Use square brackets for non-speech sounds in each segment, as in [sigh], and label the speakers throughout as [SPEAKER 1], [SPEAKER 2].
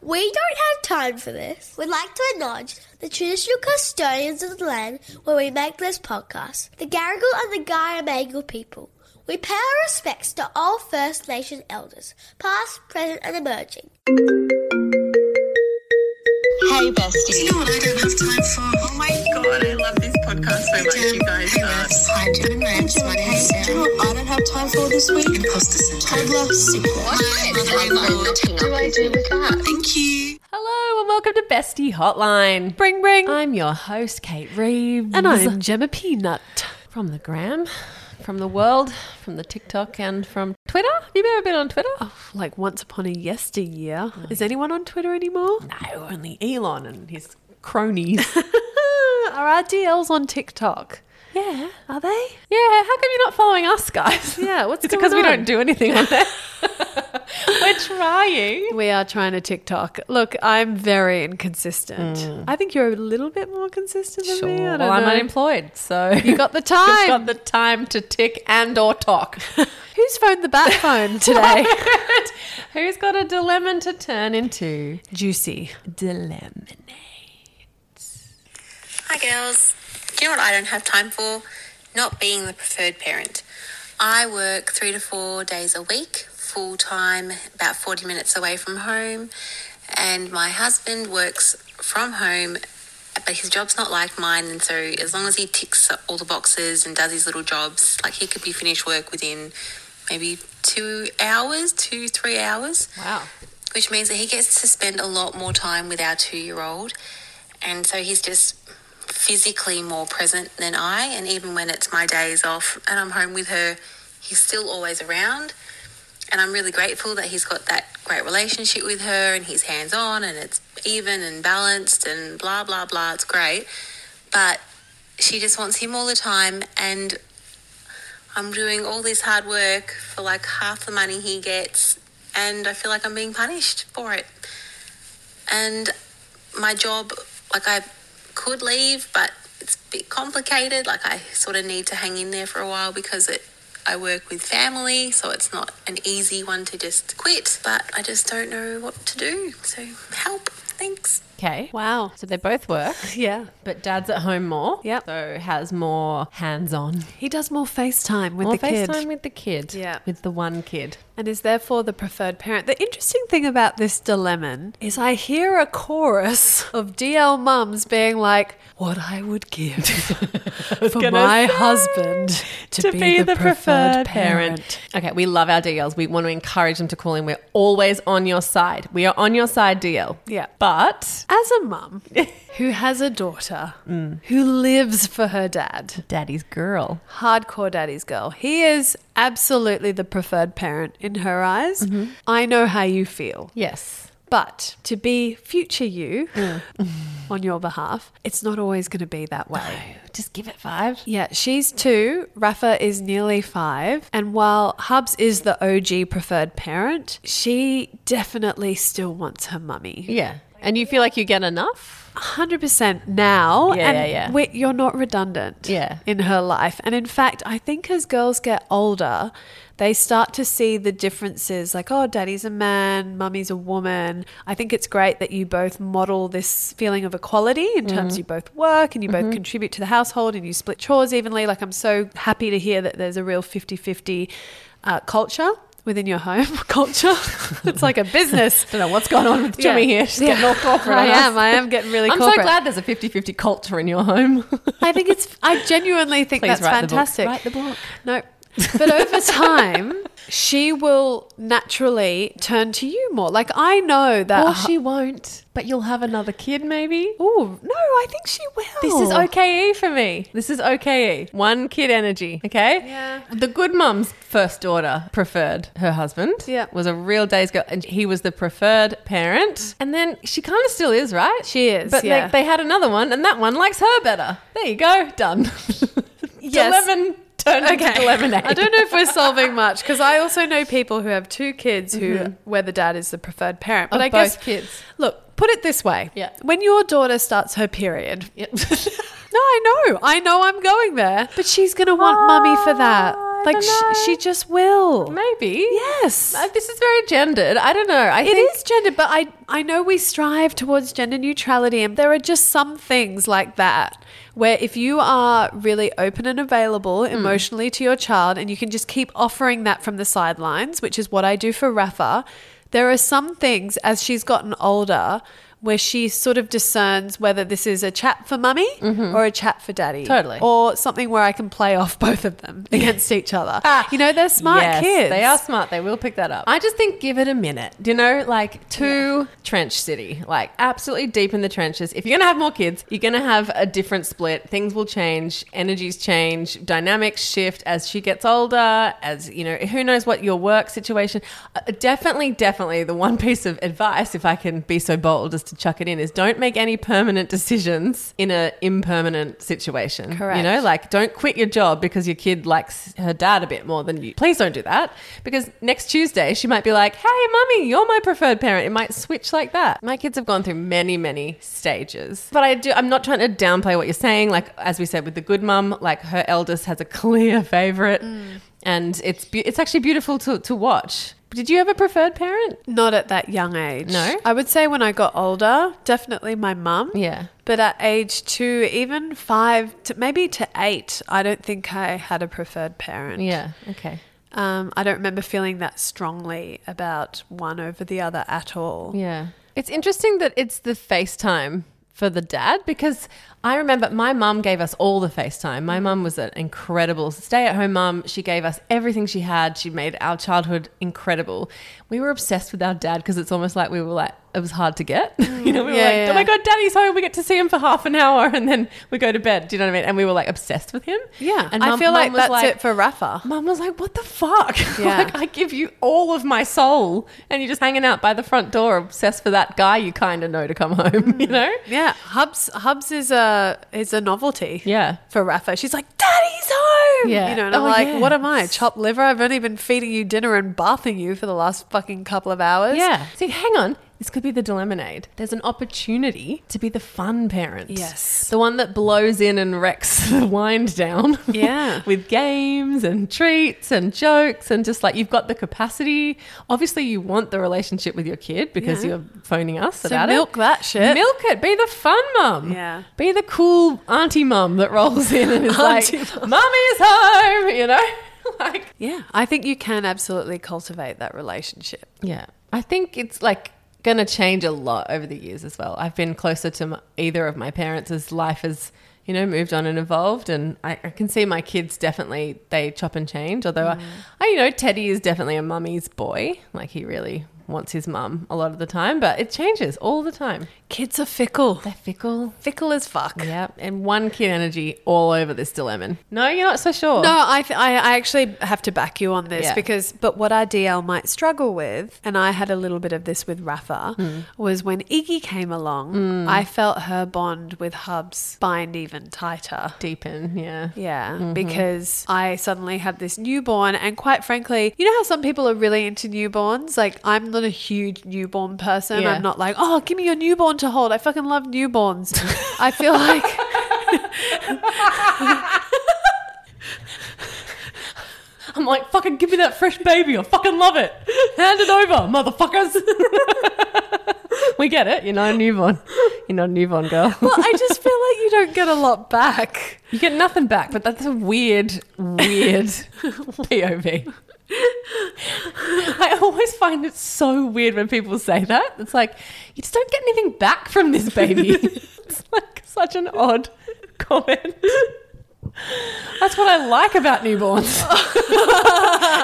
[SPEAKER 1] We don't have time for this. We'd like to acknowledge the traditional custodians of the land where we make this podcast, the Garigal and the Guyamagal people. We pay our respects to all First Nation elders, past, present, and emerging.
[SPEAKER 2] Hey besties.
[SPEAKER 3] Do you know what I don't have time for?
[SPEAKER 2] Oh my god, I love this podcast so much, you guys.
[SPEAKER 3] Hey,
[SPEAKER 2] are-
[SPEAKER 3] refs. Hi, Jim and Rams. My name's
[SPEAKER 4] Do you
[SPEAKER 3] Sarah.
[SPEAKER 4] know what I don't have time for this week?
[SPEAKER 3] Imposter syndrome.
[SPEAKER 4] Toddler sickness.
[SPEAKER 3] My mother
[SPEAKER 2] Oh my
[SPEAKER 3] overlooked
[SPEAKER 2] god, what do I do with that?
[SPEAKER 3] Thank you.
[SPEAKER 5] Hello and welcome to Bestie Hotline. Bring, bring. I'm your host, Kate Reeves. And I'm Gemma Peanut. From the gram, from the world, from the TikTok, and from Twitter. Have you ever been on Twitter? Oh, like once upon a yesteryear. Is anyone on Twitter anymore? No, only Elon and his cronies. [laughs] Are RDLs on TikTok? Yeah. Are they? Yeah. How come you're not following us, guys? Yeah. [laughs] What's
[SPEAKER 6] It's because we don't do anything on [laughs] there.
[SPEAKER 5] We're trying.
[SPEAKER 6] we are trying to TikTok. Look, I'm very inconsistent. I think you're a little bit more consistent than me. I
[SPEAKER 5] Mm. Well,
[SPEAKER 6] don't
[SPEAKER 5] I'm
[SPEAKER 6] know.
[SPEAKER 5] unemployed, so
[SPEAKER 6] You
[SPEAKER 5] [laughs]
[SPEAKER 6] got the
[SPEAKER 5] Just
[SPEAKER 6] time.
[SPEAKER 5] got the time to tick and or talk.
[SPEAKER 6] [laughs] Who's phoned the
[SPEAKER 5] [laughs]
[SPEAKER 6] bat phone today?
[SPEAKER 5] Who's got a dilemma to turn into?
[SPEAKER 6] Juicy.
[SPEAKER 5] Dilemma.
[SPEAKER 7] Hi, girls. Do you know what I don't have time for? Not being the preferred parent. I work three to four days a week, full time, about 40 minutes away from home. And my husband works from home, but his job's not like mine. And so, as long as he ticks all the boxes and does his little jobs, like he could be finished work within maybe two hours, two, three hours
[SPEAKER 5] Wow.
[SPEAKER 7] which means that he gets to spend a lot more time with our two year old. And so he's just physically more present than I. And even when it's my days off and I'm home with her, he's still always around. And I'm really grateful that he's got that great relationship with her and he's hands on and it's even and balanced and blah, blah, blah. It's great. But she just wants him all the time. And I'm doing all this hard work for like half the money he gets, and I feel like I'm being punished for it. And my job, like I could leave, but it's a bit complicated. Like I sort of need to hang in there for a while because it, I work with family, so it's not an easy one to just quit. But I just don't know what to do. So help, thanks.
[SPEAKER 5] Okay.
[SPEAKER 6] Wow.
[SPEAKER 5] So they both work,
[SPEAKER 6] Yeah.
[SPEAKER 5] but dad's at home more.
[SPEAKER 6] Yep.
[SPEAKER 5] So has more hands on.
[SPEAKER 6] He does more FaceTime with
[SPEAKER 5] More
[SPEAKER 6] the kid.
[SPEAKER 5] FaceTime with the kid.
[SPEAKER 6] Yeah.
[SPEAKER 5] With the one kid.
[SPEAKER 6] and is therefore the preferred parent. The interesting thing about this dilemma is I hear a chorus [laughs] of DL mums being like, what I would give [laughs] for
[SPEAKER 5] gonna
[SPEAKER 6] my
[SPEAKER 5] say,
[SPEAKER 6] husband to, be, the, preferred, parent.
[SPEAKER 5] Okay, we love our DLs. We want to encourage them to call in. We're always on your side. We are on your side, DL.
[SPEAKER 6] Yeah.
[SPEAKER 5] [laughs] But
[SPEAKER 6] As a [laughs] mum who has a daughter who lives for her dad,
[SPEAKER 5] daddy's girl.
[SPEAKER 6] hardcore daddy's girl, he is absolutely the preferred parent in her eyes. I know how you feel.
[SPEAKER 5] Yes.
[SPEAKER 6] But to be future you on your behalf, it's not always going to be that way.
[SPEAKER 5] Just give it five.
[SPEAKER 6] Yeah, she's two. Rafa is nearly five. And while Hubs is the OG preferred parent, she definitely still wants her mummy.
[SPEAKER 5] Yeah. And you feel like you get enough?
[SPEAKER 6] 100% now.
[SPEAKER 5] Yeah,
[SPEAKER 6] and
[SPEAKER 5] yeah, yeah.
[SPEAKER 6] we- you're not redundant
[SPEAKER 5] Yeah.
[SPEAKER 6] in her life. And in fact, I think as girls get older, they start to see the differences like, oh, daddy's a man, mummy's a woman. I think it's great that you both model this feeling of equality in terms
[SPEAKER 5] Mm-hmm.
[SPEAKER 6] you both work and you both contribute to the household and you split chores evenly. Like, I'm so happy to hear that there's a real 50 50 uh, culture. Within your home [laughs] culture, it's like a business.
[SPEAKER 5] I [laughs] don't know what's going on with Jimmy here. She's getting all corporate.
[SPEAKER 6] I
[SPEAKER 5] on us.
[SPEAKER 6] am. I am getting really
[SPEAKER 5] I'm so
[SPEAKER 6] corporate.
[SPEAKER 5] glad there's a 50 50 culture in your home.
[SPEAKER 6] I
[SPEAKER 5] [laughs]
[SPEAKER 6] think it's. I genuinely think
[SPEAKER 5] Please
[SPEAKER 6] that's
[SPEAKER 5] write the book.
[SPEAKER 6] fantastic.
[SPEAKER 5] Write the book.
[SPEAKER 6] No, but [laughs] over time, she will naturally turn to you more. Like I know that.
[SPEAKER 5] or she won't, but you'll have another kid maybe.
[SPEAKER 6] Oh no, I think she will.
[SPEAKER 5] This is OKE for me. This is OKE. One kid energy, okay?
[SPEAKER 6] Yeah.
[SPEAKER 5] The good mum's first daughter preferred her husband.
[SPEAKER 6] Yeah.
[SPEAKER 5] Was a real day's girl, and he was the preferred parent. And then she kind of still is, right?
[SPEAKER 6] She is,
[SPEAKER 5] But
[SPEAKER 6] yeah.
[SPEAKER 5] like they had another one, and that one likes her better. There you go. Done. [laughs]
[SPEAKER 6] Yes.
[SPEAKER 5] Eleven turned into lemonade.
[SPEAKER 6] I don't know if we're solving much because I also know people who have two kids who where the dad is the preferred parent. But
[SPEAKER 5] Of
[SPEAKER 6] I guess
[SPEAKER 5] both kids.
[SPEAKER 6] Look, put it this way.
[SPEAKER 5] Yeah.
[SPEAKER 6] When your daughter starts her period.
[SPEAKER 5] Yep. [laughs]
[SPEAKER 6] No, I know. I know I'm going there. But she's going to want mummy for that.
[SPEAKER 5] I
[SPEAKER 6] Like
[SPEAKER 5] don't
[SPEAKER 6] sh- she
[SPEAKER 5] know.
[SPEAKER 6] just will.
[SPEAKER 5] maybe.
[SPEAKER 6] Yes.
[SPEAKER 5] Uh, This is very gendered. I don't know. I
[SPEAKER 6] It
[SPEAKER 5] think
[SPEAKER 6] is gender, but I I know we strive towards gender neutrality, and there are just some things like that where if you are really open and available
[SPEAKER 5] Hmm.
[SPEAKER 6] emotionally to your child, and you can just keep offering that from the sidelines, which is what I do for Rafa. There are some things as she's gotten older where she sort of discerns whether this is a chat for mummy or a chat for daddy.
[SPEAKER 5] Mm-hmm. Totally.
[SPEAKER 6] Or something where I can play off [laughs] both of them against each other. You know, they're smart
[SPEAKER 5] Ah. Yes,
[SPEAKER 6] kids.
[SPEAKER 5] They are smart. They will pick that up. I just think give it a minute. You know, like to trench city, like absolutely deep in the trenches. If you're going to have more kids, you're going to have a different split. Things will change, energies change, dynamics shift as she gets older, as you know, who knows what your work situation. Uh, definitely, definitely the one [laughs] piece of advice if I can be so bold as to chuck it in is don't make any permanent decisions in an impermanent situation. You
[SPEAKER 6] Correct.
[SPEAKER 5] know, like don't quit your job because your kid likes her dad a bit more than you. Please don't do that because next Tuesday she might be like, "Hey, mummy, you're my preferred parent." It might switch like that. My kids have gone through many, many stages, but I do. I'm not trying to downplay what you're saying. Like as we said with the good mum, like her eldest has a clear [laughs] favorite, and it's be- it's actually beautiful to to watch. Did you have a preferred parent?
[SPEAKER 6] Not at that young age.
[SPEAKER 5] No?
[SPEAKER 6] I would say when I got older, definitely my mum.
[SPEAKER 5] Yeah.
[SPEAKER 6] But at age two, even five, to maybe to eight, I don't think I had a preferred parent.
[SPEAKER 5] Yeah. Okay.
[SPEAKER 6] Um, I don't remember feeling that strongly about one over the other at all.
[SPEAKER 5] Yeah. It's interesting that it's the FaceTime for the dad because I remember my mum gave us all the FaceTime. My mum was an incredible stay at home mum. She gave us everything she had. She made our childhood incredible. We were obsessed with our dad because it's almost like we were like, it was hard to get. [laughs] you know, we were
[SPEAKER 6] Yeah,
[SPEAKER 5] like,
[SPEAKER 6] yeah.
[SPEAKER 5] oh my God, daddy's home. We get to see him for half an hour and then we go to bed. Do you know what I mean? And we were like obsessed with him.
[SPEAKER 6] Yeah.
[SPEAKER 5] And
[SPEAKER 6] I
[SPEAKER 5] mum-
[SPEAKER 6] feel
[SPEAKER 5] mum
[SPEAKER 6] like
[SPEAKER 5] was
[SPEAKER 6] that's it for Rafa.
[SPEAKER 5] Mum was like, "What the fuck? [laughs]
[SPEAKER 6] Yeah.
[SPEAKER 5] like, I give you all of my soul, and you're just hanging out by the front door, obsessed for that guy you kind of know to come [laughs] home. You know?
[SPEAKER 6] Yeah. Hubs Hubs is a is a novelty.
[SPEAKER 5] Yeah.
[SPEAKER 6] For Rafa. She's like, Daddy's home.
[SPEAKER 5] Yeah.
[SPEAKER 6] You know, and
[SPEAKER 5] Oh,
[SPEAKER 6] I'm like,
[SPEAKER 5] yeah.
[SPEAKER 6] what am I? Chopped liver? I've only been feeding you dinner and bathing you for the last fucking couple of hours.
[SPEAKER 5] Yeah. See, hang on. This could be the dilemonade. There's an opportunity to be the fun parent.
[SPEAKER 6] Yes.
[SPEAKER 5] The one that blows in and wrecks [laughs] the wind down.
[SPEAKER 6] Yeah.
[SPEAKER 5] [laughs] With games and treats and jokes and just like you've got the capacity. Obviously, you want the relationship with your kid because
[SPEAKER 6] Yeah.
[SPEAKER 5] you're phoning us
[SPEAKER 6] So
[SPEAKER 5] about
[SPEAKER 6] milk
[SPEAKER 5] it.
[SPEAKER 6] that shit.
[SPEAKER 5] Milk it. Be the fun mum.
[SPEAKER 6] Yeah.
[SPEAKER 5] Be the cool auntie mum that rolls in and is like,
[SPEAKER 6] [laughs] Auntie
[SPEAKER 5] "Mummy is home," you know? [laughs] like
[SPEAKER 6] Yeah, I think you can absolutely cultivate that relationship.
[SPEAKER 5] Yeah. I think it's like going to change a lot over the years as well. I've been closer to m- either of my parents as life has, you know, moved on and evolved. And I, I can see my kids definitely, they chop and change. Although, I, I, you know, Teddy is definitely a mummy's boy. Like he really wants his mum a lot of the time, but it changes all the time.
[SPEAKER 6] Kids are fickle.
[SPEAKER 5] They're fickle.
[SPEAKER 6] Fickle as fuck.
[SPEAKER 5] Yeah. And one kid energy all over this dilemma. No, you're not so sure.
[SPEAKER 6] No, I, th- I I actually have to back you on this
[SPEAKER 5] Yeah.
[SPEAKER 6] because, but what our DL might struggle with, and I had a little bit of this with Rafa, was when Iggy came along, I felt her bond with Hubs bind even tighter.
[SPEAKER 5] Deepen. Yeah.
[SPEAKER 6] Yeah, because I suddenly had this newborn, and quite frankly, you know how some people are really into newborns? Like, I'm not a huge newborn person.
[SPEAKER 5] Yeah.
[SPEAKER 6] I'm not like, oh, give me your newborn to hold. I fucking love newborns. [laughs] I feel like.
[SPEAKER 5] I'm like, fucking give me that fresh baby. I fucking love it. Hand it over, motherfuckers. [laughs] we get it. You're not a newborn. You're not a newborn girl.
[SPEAKER 6] Well, I just feel like you don't get a lot back.
[SPEAKER 5] you get nothing back, but that's a weird, weird
[SPEAKER 6] [laughs]
[SPEAKER 5] POV. I always find it so weird when people say that. It's like, you just don't get anything back from this
[SPEAKER 6] [laughs]
[SPEAKER 5] baby. it's like such an odd comment. That's what I like about
[SPEAKER 6] [laughs]
[SPEAKER 5] newborns.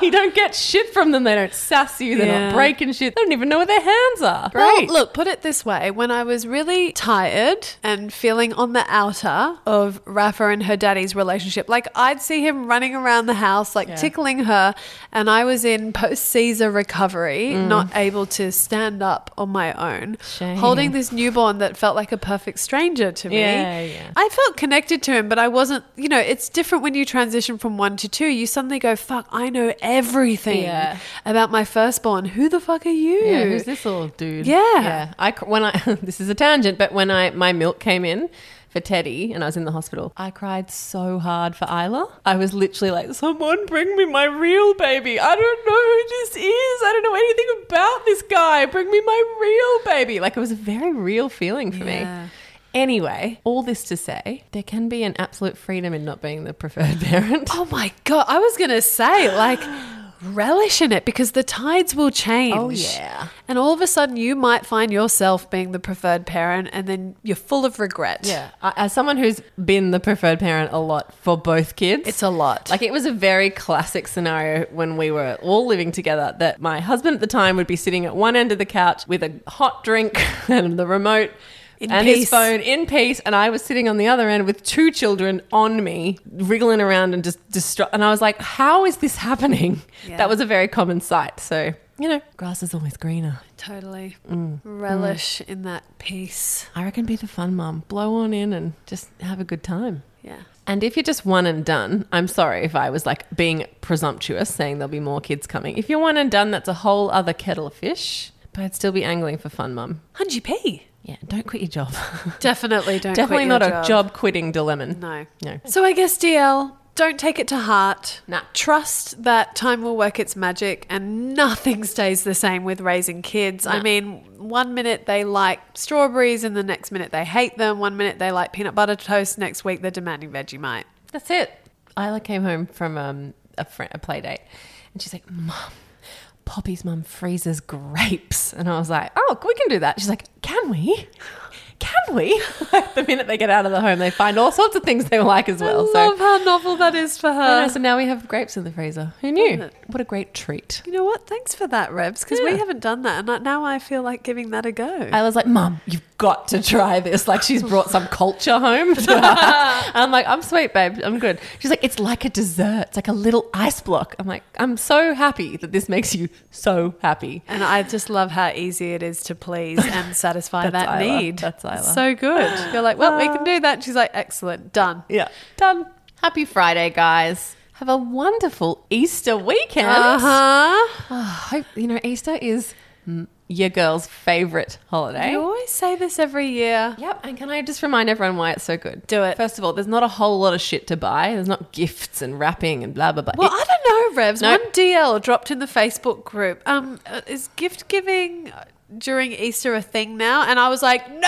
[SPEAKER 5] you don't get shit from them. They don't sass you. They're
[SPEAKER 6] Yeah.
[SPEAKER 5] not breaking shit. They don't even know where their hands are.
[SPEAKER 6] Well, look, put it this way. When I was really tired and feeling on the outer of Rafa and her daddy's relationship, like I'd see him running around the house, like tickling her, and I was in post Caesar recovery, not able to stand up on my own,
[SPEAKER 5] Mm. Shame.
[SPEAKER 6] holding this newborn that felt like a perfect stranger to me.
[SPEAKER 5] Yeah, yeah.
[SPEAKER 6] I felt connected to him, but I wasn't, you know, it's different when you transition from one to two. You suddenly go, fuck, I know everything
[SPEAKER 5] Yeah.
[SPEAKER 6] about my firstborn. Who the fuck are you?
[SPEAKER 5] Yeah, who's this little dude?
[SPEAKER 6] Yeah.
[SPEAKER 5] yeah. I cr- when I [laughs] this is a tangent, but when I my milk came in for Teddy and I was in the hospital, I cried so hard for Isla. I was literally like, "Someone bring me my real baby. I don't know who this is. I don't know anything about this guy. Bring me my real baby." Like it was a very real feeling for
[SPEAKER 6] Yeah.
[SPEAKER 5] me. Anyway, all this to say, there can be an absolute freedom in not being the preferred parent.
[SPEAKER 6] [gasps] Oh my God. I was going to say, like,
[SPEAKER 5] [gasps]
[SPEAKER 6] relish in it because the tides will change.
[SPEAKER 5] Oh, yeah.
[SPEAKER 6] And all of a sudden, you might find yourself being the preferred parent and then you're full of regret.
[SPEAKER 5] Yeah. I- As someone who's been the preferred parent a lot for both kids,
[SPEAKER 6] It's a lot.
[SPEAKER 5] Like it was a very classic scenario when we were all living together that my husband at the time would be sitting at one end of the couch with a hot drink [laughs] and the remote
[SPEAKER 6] In
[SPEAKER 5] and his
[SPEAKER 6] peace.
[SPEAKER 5] phone in peace and I was sitting on the other end with two children on me wriggling around and just distraught and I was like how is this happening?
[SPEAKER 6] Yeah.
[SPEAKER 5] That was a very common sight. So, you know, grass is always greener.
[SPEAKER 6] Totally.
[SPEAKER 5] mm,
[SPEAKER 6] Relish in that peace.
[SPEAKER 5] I reckon be the fun mum. Blow on in and just have a good time.
[SPEAKER 6] Yeah.
[SPEAKER 5] And if you're just one and done, I'm sorry if I was like being presumptuous saying there'll be more kids coming. If you're one and done, that's a whole other kettle of fish. But I'd still be angling for fun, mum.
[SPEAKER 6] 100p.
[SPEAKER 5] Yeah, don't quit your [laughs] job.
[SPEAKER 6] Definitely don't.
[SPEAKER 5] Definitely
[SPEAKER 6] quit
[SPEAKER 5] not
[SPEAKER 6] your
[SPEAKER 5] a job quitting dilemma.
[SPEAKER 6] No.
[SPEAKER 5] No.
[SPEAKER 6] So I guess DL, don't take it to heart.
[SPEAKER 5] Nah.
[SPEAKER 6] Trust that time will work its magic, and nothing [laughs] stays the same with raising kids. I
[SPEAKER 5] Nah.
[SPEAKER 6] mean, one minute they like strawberries, and the next minute they hate them. One minute they like peanut butter toast. Next week they're demanding Vegemite.
[SPEAKER 5] That's it. Isla came home from um, a, fri a play date and she's like, Mum, Poppy's mum freezes grapes. And I was like, Oh, we can do that. She's like, Can we? Can we? [laughs] Like the minute they get out of the home, they find all sorts of things they like as well. so
[SPEAKER 6] Love how novel that is for
[SPEAKER 5] I
[SPEAKER 6] her.
[SPEAKER 5] know, so now we have grapes in the freezer. Who knew?
[SPEAKER 6] it.
[SPEAKER 5] What a great treat.
[SPEAKER 6] You know what? Thanks for that, Rebs, because we
[SPEAKER 5] Yeah.
[SPEAKER 6] haven't done that, and I- now I feel like giving that a go.
[SPEAKER 5] I was like, Mum, you've got to try this. Like, she's brought some culture home. [laughs] To us. I'm like, I'm sweet, babe. I'm good. She's like, It's like a dessert. It's like a little ice block. I'm like, I'm so happy that this makes you so happy.
[SPEAKER 6] And I just love how easy it is to please and
[SPEAKER 5] [laughs]
[SPEAKER 6] satisfy
[SPEAKER 5] That's
[SPEAKER 6] that
[SPEAKER 5] Isla.
[SPEAKER 6] need.
[SPEAKER 5] That's Isla. Uh,
[SPEAKER 6] So good. You're like, well, we can do that. She's like, excellent, done.
[SPEAKER 5] Yeah. Done. Happy Friday, guys. Have a wonderful Easter weekend.
[SPEAKER 6] huh.
[SPEAKER 5] Oh, hope, you know, Easter is mm, your girl's favorite holiday.
[SPEAKER 6] You always say this every year.
[SPEAKER 5] Yep, and can I just remind everyone why it's so good?
[SPEAKER 6] Do it.
[SPEAKER 5] First of all, there's not a whole lot of shit to buy. There's not gifts and wrapping and blah blah blah.
[SPEAKER 6] Well,
[SPEAKER 5] It-
[SPEAKER 6] I don't know, Revs.
[SPEAKER 5] No.
[SPEAKER 6] One DL dropped in the Facebook group. Um, uh, is gift giving uh, during Easter a thing now? And I was like, no,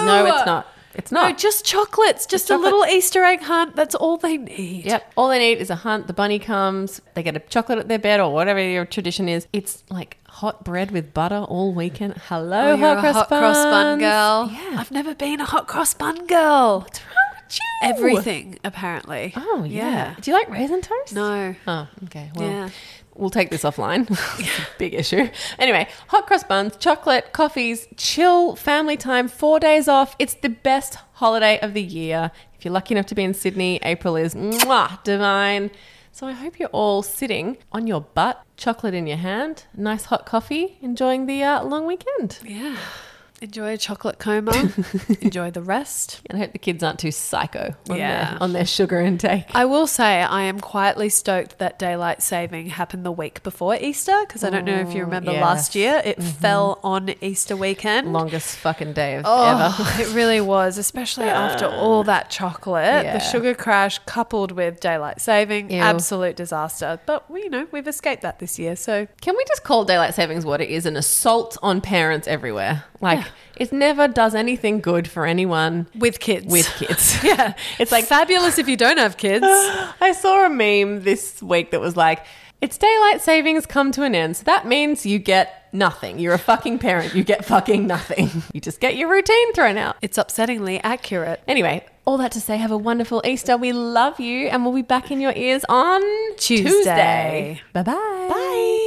[SPEAKER 5] no, it's not. It's
[SPEAKER 6] No,
[SPEAKER 5] not.
[SPEAKER 6] just chocolates. Just a
[SPEAKER 5] chocolate.
[SPEAKER 6] little Easter egg hunt. That's all they need.
[SPEAKER 5] Yep. All they need is a hunt. The bunny comes. They get a chocolate at their bed or whatever your tradition is. It's like hot bread with butter all weekend. Hello,
[SPEAKER 6] Oh, you're
[SPEAKER 5] hot,
[SPEAKER 6] a
[SPEAKER 5] cross,
[SPEAKER 6] hot cross bun
[SPEAKER 5] buns.
[SPEAKER 6] girl.
[SPEAKER 5] Yeah.
[SPEAKER 6] I've never been a hot cross bun girl.
[SPEAKER 5] What's wrong with you?
[SPEAKER 6] Everything, apparently.
[SPEAKER 5] Oh yeah. Do you like raisin toast?
[SPEAKER 6] No.
[SPEAKER 5] Oh, okay. Well,
[SPEAKER 6] Yeah.
[SPEAKER 5] we'll take this offline. [laughs] It's a
[SPEAKER 6] [laughs]
[SPEAKER 5] Big issue. Anyway, hot cross buns, chocolate, coffees, chill, family time, four days off. It's the best holiday of the year. If you're lucky enough to be in Sydney, April is mwah, divine. So I hope you're all sitting on your butt, chocolate in your hand, nice hot coffee, enjoying the uh, long weekend.
[SPEAKER 6] Yeah. Enjoy a
[SPEAKER 5] [laughs]
[SPEAKER 6] chocolate coma. Enjoy the rest.
[SPEAKER 5] And I hope the kids aren't too psycho on,
[SPEAKER 6] Yeah.
[SPEAKER 5] their, on their sugar intake.
[SPEAKER 6] I will say I am quietly stoked that daylight saving happened the week before Easter because I don't know if you remember
[SPEAKER 5] yes. Mm-hmm.
[SPEAKER 6] last year it fell on Easter weekend.
[SPEAKER 5] Longest fucking day of ever.
[SPEAKER 6] Oh, [laughs] it really was, especially after all that chocolate,
[SPEAKER 5] Yeah.
[SPEAKER 6] the sugar crash coupled with daylight saving,
[SPEAKER 5] Ew.
[SPEAKER 6] absolute disaster. But we, you know, we've escaped that this year, so
[SPEAKER 5] Can we just call daylight savings what it is an assault on parents everywhere? Like, it never does anything good for anyone
[SPEAKER 6] with kids,
[SPEAKER 5] with kids.
[SPEAKER 6] yeah,
[SPEAKER 5] It's like,
[SPEAKER 6] fabulous if you don't
[SPEAKER 5] [gasps]
[SPEAKER 6] have kids.
[SPEAKER 5] I saw a meme this week that was like, it's daylight savings come to an end. So that means you get nothing. You're a fucking parent. You get fucking nothing. [laughs] You just get your routine thrown out.
[SPEAKER 6] It's upsettingly accurate.
[SPEAKER 5] Anyway, all that to say, have a wonderful Easter. We love you, and we'll be back in your ears on
[SPEAKER 6] Tuesday.
[SPEAKER 5] Tuesday. Bye-bye. Bye.